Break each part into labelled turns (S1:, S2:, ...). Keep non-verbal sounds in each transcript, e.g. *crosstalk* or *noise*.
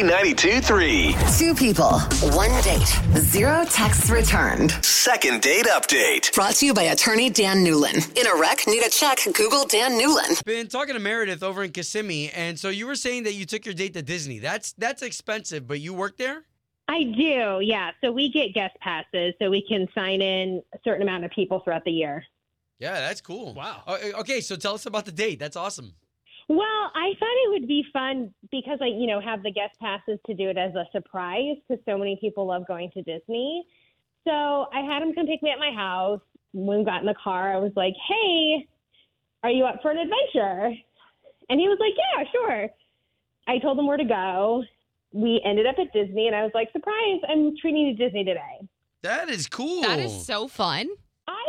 S1: K92 3.
S2: Two people, one date, zero texts returned.
S1: Second date update.
S2: Brought to you by attorney Dan Newlin. In a wreck, need a check, Google Dan Newlin.
S3: Been talking to Meredith over in Kissimmee, and so you were saying that you took your date to Disney. That's that's expensive, but you work there.
S4: I do, yeah. So we get guest passes, so we can sign in a certain amount of people throughout the year.
S3: Yeah, that's cool.
S5: Wow.
S3: O- Oh, eh, Okay, so tell us about the date. That's awesome.
S4: Well, I thought it would be fun because I, you know, have the guest passes to do it as a surprise because so many people love going to Disney. So I had him come pick me at my house. When we got in the car, I was like, "Hey, are you up for an adventure?" And he was like, "Yeah, sure." I told him where to go. We ended up at Disney, and I was like, "Surprise! I'm treating you to Disney today."
S3: That is cool.
S6: That is so fun.
S4: I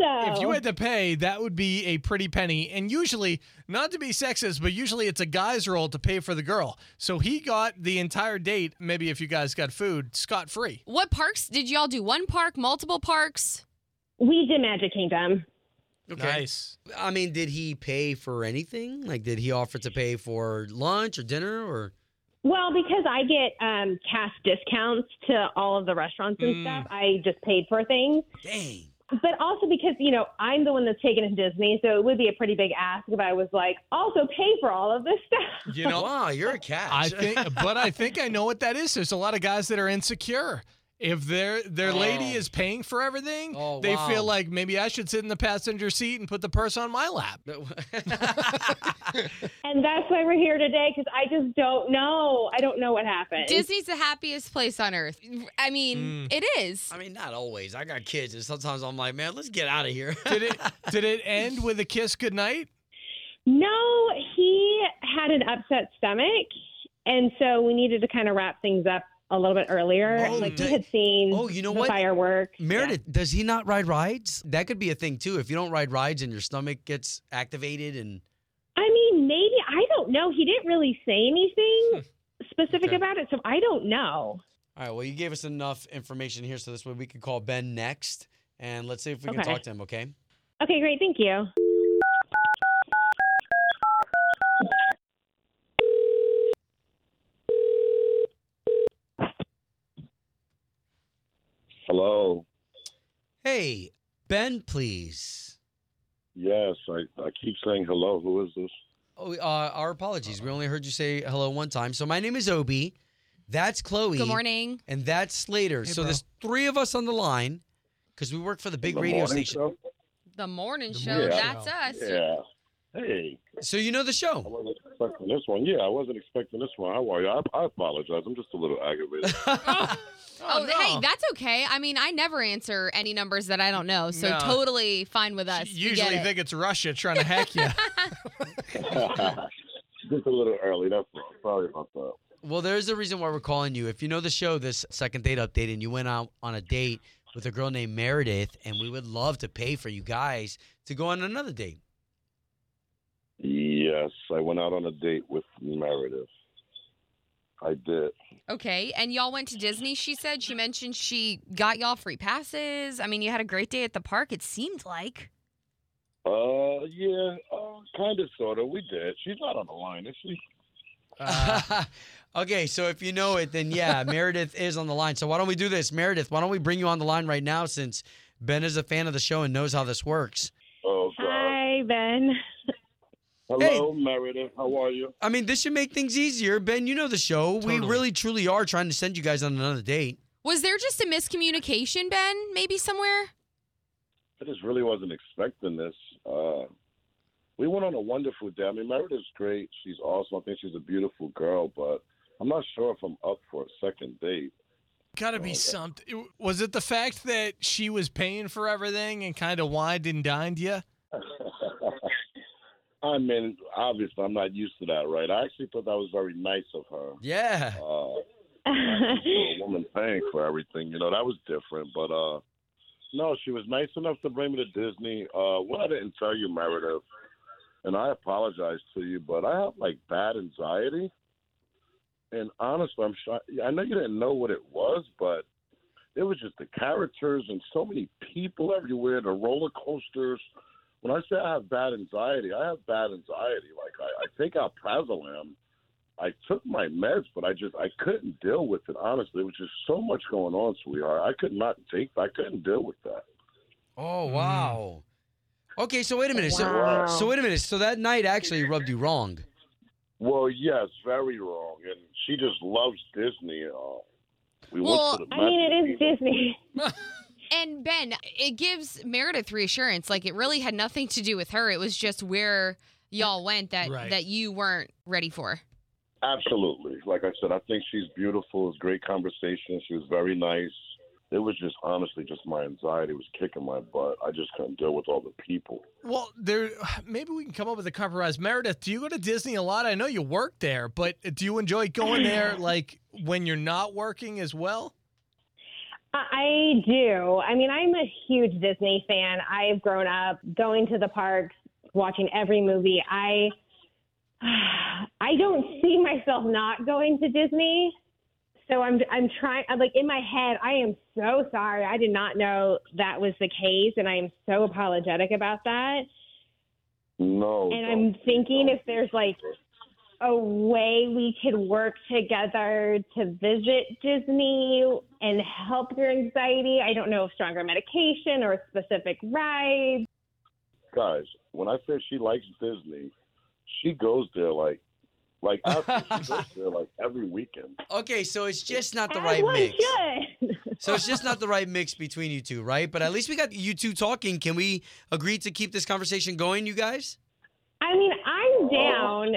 S4: thought so.
S5: If you had to pay, that would be a pretty penny. And usually, not to be sexist, but usually it's a guy's role to pay for the girl. So he got the entire date, maybe if you guys got food, scot free.
S6: What parks did y'all do? One park, multiple parks?
S4: we did Magic Kingdom.
S3: Okay.
S5: Nice.
S3: I mean, did he pay for anything? Like, did he offer to pay for lunch or dinner or?
S4: Well, because I get um, cash discounts to all of the restaurants and
S5: Mm.
S4: stuff, I just paid for things.
S3: Dang.
S4: But also because you know I'm the one that's taken to Disney, so it would be a pretty big ask if I was like also pay for all of this *laughs* stuff.
S5: You know,
S3: wow, you're a catch.
S5: *laughs* I think, but I think I know what that is. There's a lot of guys that are insecure. If their their lady
S3: Oh.
S5: is paying for everything,
S3: Oh,
S5: they
S3: wow.
S5: feel like maybe I should sit in the passenger seat and put the purse on my lap.
S4: And that's why we're here today because I just don't know. I don't know what happened.
S6: Disney's the happiest place on earth. I mean,
S5: Mm.
S6: it is.
S3: *laughs* I mean, not always. I got kids, and sometimes I'm like, man, let's get out of here.
S5: Did it
S3: *laughs*
S5: did it end with a kiss goodnight?
S4: no, he had an upset stomach, and so we needed to kind of wrap things up a little bit earlier.
S3: Oh,
S4: like
S3: da-
S4: we had seen
S3: oh, you know
S4: the
S3: what?
S4: fireworks.
S3: Meredith, does he not ride rides? That could be a thing too. If you don't ride rides and your stomach gets activated and
S4: I mean, maybe I don't know. He didn't really say anything specific
S3: Okay.
S4: about it, so I don't know.
S3: all right, well, you gave us enough information here, so this way we could call Ben next, and let's see if we can
S4: Okay.
S3: talk to him. Okay.
S4: Okay, great. Thank you.
S7: Hello.
S3: Hey, Ben, please.
S7: Yes, I, I keep saying hello. Who is this?
S3: Oh, uh, our apologies. We only heard you say hello one time. So my name is Obi. That's Chloe.
S6: Good morning.
S3: And that's Slater.
S5: Hey,
S3: so
S5: bro.
S3: there's three of us on the line because we work for the big
S7: The
S3: radio
S7: morning
S3: station.
S7: show?
S6: The morning
S5: The
S6: show.
S7: morning
S6: That's
S5: show.
S6: us.
S7: Yeah. Hey,
S3: So you know the
S7: I
S3: show.
S7: wasn't expecting this one. Yeah, I wasn't expecting this one. How are you? I, I apologize. I'm just a little
S3: *laughs*
S7: aggravated. *laughs*
S3: oh,
S6: Oh, hey, that's okay. I mean, I never answer any numbers that I don't know, so
S5: No.
S6: totally fine with us. We get
S5: Usually
S6: it.
S5: think it's Russia trying to
S6: *laughs*
S5: hack you.
S7: just a little early. That's all. Sorry about that.
S3: Well, there's a reason why we're calling you. If you know the show, this second date update, and you went out on a date with a girl named Meredith, and we would love to pay for you guys to go on another date.
S7: Yes, I went out on a date with Meredith. I did.
S6: okay. And y'all went to Disney, she said. She mentioned she got y'all free passes. I mean, you had a great day at the park, it seemed like.
S7: Uh, yeah, uh, kind of, sort of. We did. She's not on the line, is she?
S5: Uh,
S3: *laughs* okay, so if you know it, then yeah, Meredith is on the line. So why don't we do this, Meredith? Why don't we bring you on the line right now since Ben is a fan of the show and knows how this works?
S7: Oh, God.
S4: Hi, Ben. *laughs*
S7: Hello, Meredith. How are you?
S3: I mean, this should make things easier. Ben, you know the show. We
S5: Totally.
S3: really, truly are trying to send you guys on another date.
S6: Was there just a miscommunication, Ben? Maybe somewhere?
S7: I just really wasn't expecting this. Uh, we went on a wonderful day. I mean, Meredith's great. She's awesome. I think she's a beautiful girl, but I'm not sure if I'm up for a second date. *laughs*
S5: Gotta be something. Was it the fact that she was paying for everything and kind of wined and dined you?
S7: I mean, obviously, I'm not used to that, right? I actually thought that was very nice of her.
S3: Yeah.
S7: Uh, a woman paying for everything, you know, that was different. But uh, no, she was nice enough to bring me to Disney. Uh, what I didn't tell you, Meredith, and I apologize to you, but I have like bad anxiety. And honestly, I'm sure I know you didn't know what it was, but it was just the characters and so many people everywhere, the roller coasters. When I say I have bad anxiety, I have bad anxiety. Like I, I take out Prazolam, I took my meds, but I just I couldn't deal with it. Honestly, there was just so much going on, sweetheart. I could not take. I couldn't deal with that.
S3: Oh wow. Okay, so wait a minute. So,
S4: Wow.
S3: so wait a minute. So that night actually rubbed you wrong.
S7: Well, yes, very wrong. And she just loves Disney. And all. We
S6: Well,
S7: went to the
S4: I mean, it is
S7: Disney.
S4: Disney.
S6: And Ben, it gives Meredith reassurance. Like it really had nothing to do with her. It was just where y'all went that
S5: Right.
S6: that you weren't ready for.
S7: Absolutely. Like I said, I think she's beautiful. It was great conversation. She was very nice. It was just honestly just my anxiety was kicking my butt. I just couldn't deal with all the people.
S5: Well, there *sighs* maybe we can come up with a compromise. Meredith, do you go to Disney a lot? I know you work there, but do you enjoy going there like when you're not working as well?
S4: I I do. I mean, I'm a huge Disney fan. I've grown up going to the parks, watching every movie. I *sighs* I don't see myself not going to Disney. So I'm I'm trying I'm like in my head, I am so sorry. I did not know that was the case and I am so apologetic about that.
S7: No.
S4: And
S7: no,
S4: I'm thinking
S7: no.
S4: if there's like a way we could work together to visit Disney and help your anxiety. I don't know if stronger medication or specific rides.
S7: guys, when I say she likes Disney, she goes there like like after she goes there like every weekend.
S3: Okay, so it's just not the
S4: As
S3: right
S4: one
S3: mix.
S4: should. *laughs*
S3: So it's just not the right mix between you two, right? But at least we got you two talking. Can we agree to keep this conversation going, you guys?
S4: I mean, I'm down.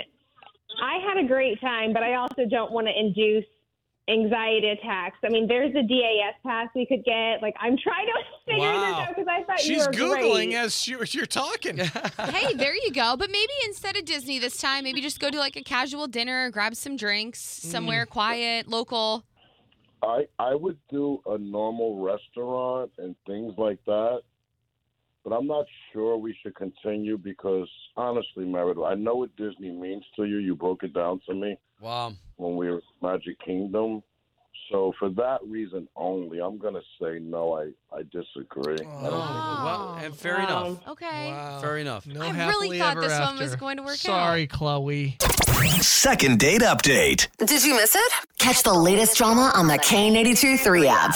S4: I had a great time, but I also don't want to induce anxiety attacks. I mean, there's a DAS pass we could get. Like, I'm trying to *laughs* figure
S5: Wow.
S4: this out because I thought you
S5: She's
S4: were
S5: googling
S4: great.
S5: as you- you're *laughs* talking.
S6: hey, there you go. But maybe instead of Disney this time, maybe just go to like a casual dinner, grab some drinks somewhere quiet, local.
S7: I I would do a normal restaurant and things like that, but I'm not sure we should continue because honestly, Meredith, I know what Disney means to you. You broke it down to me
S3: Wow.
S7: when we were at Magic Kingdom. So for that reason only, I'm gonna say no. I I disagree. I don't think
S3: Oh, well, and fair
S4: Wow.
S3: enough.
S6: Okay.
S3: Fair enough.
S5: No
S6: I really
S5: happily
S6: thought
S5: ever
S6: this one was
S5: after.
S6: going to work out.
S5: Sorry, Chloe.
S1: Second date update.
S2: Did you miss it? Catch the latest drama on the K82 3 app.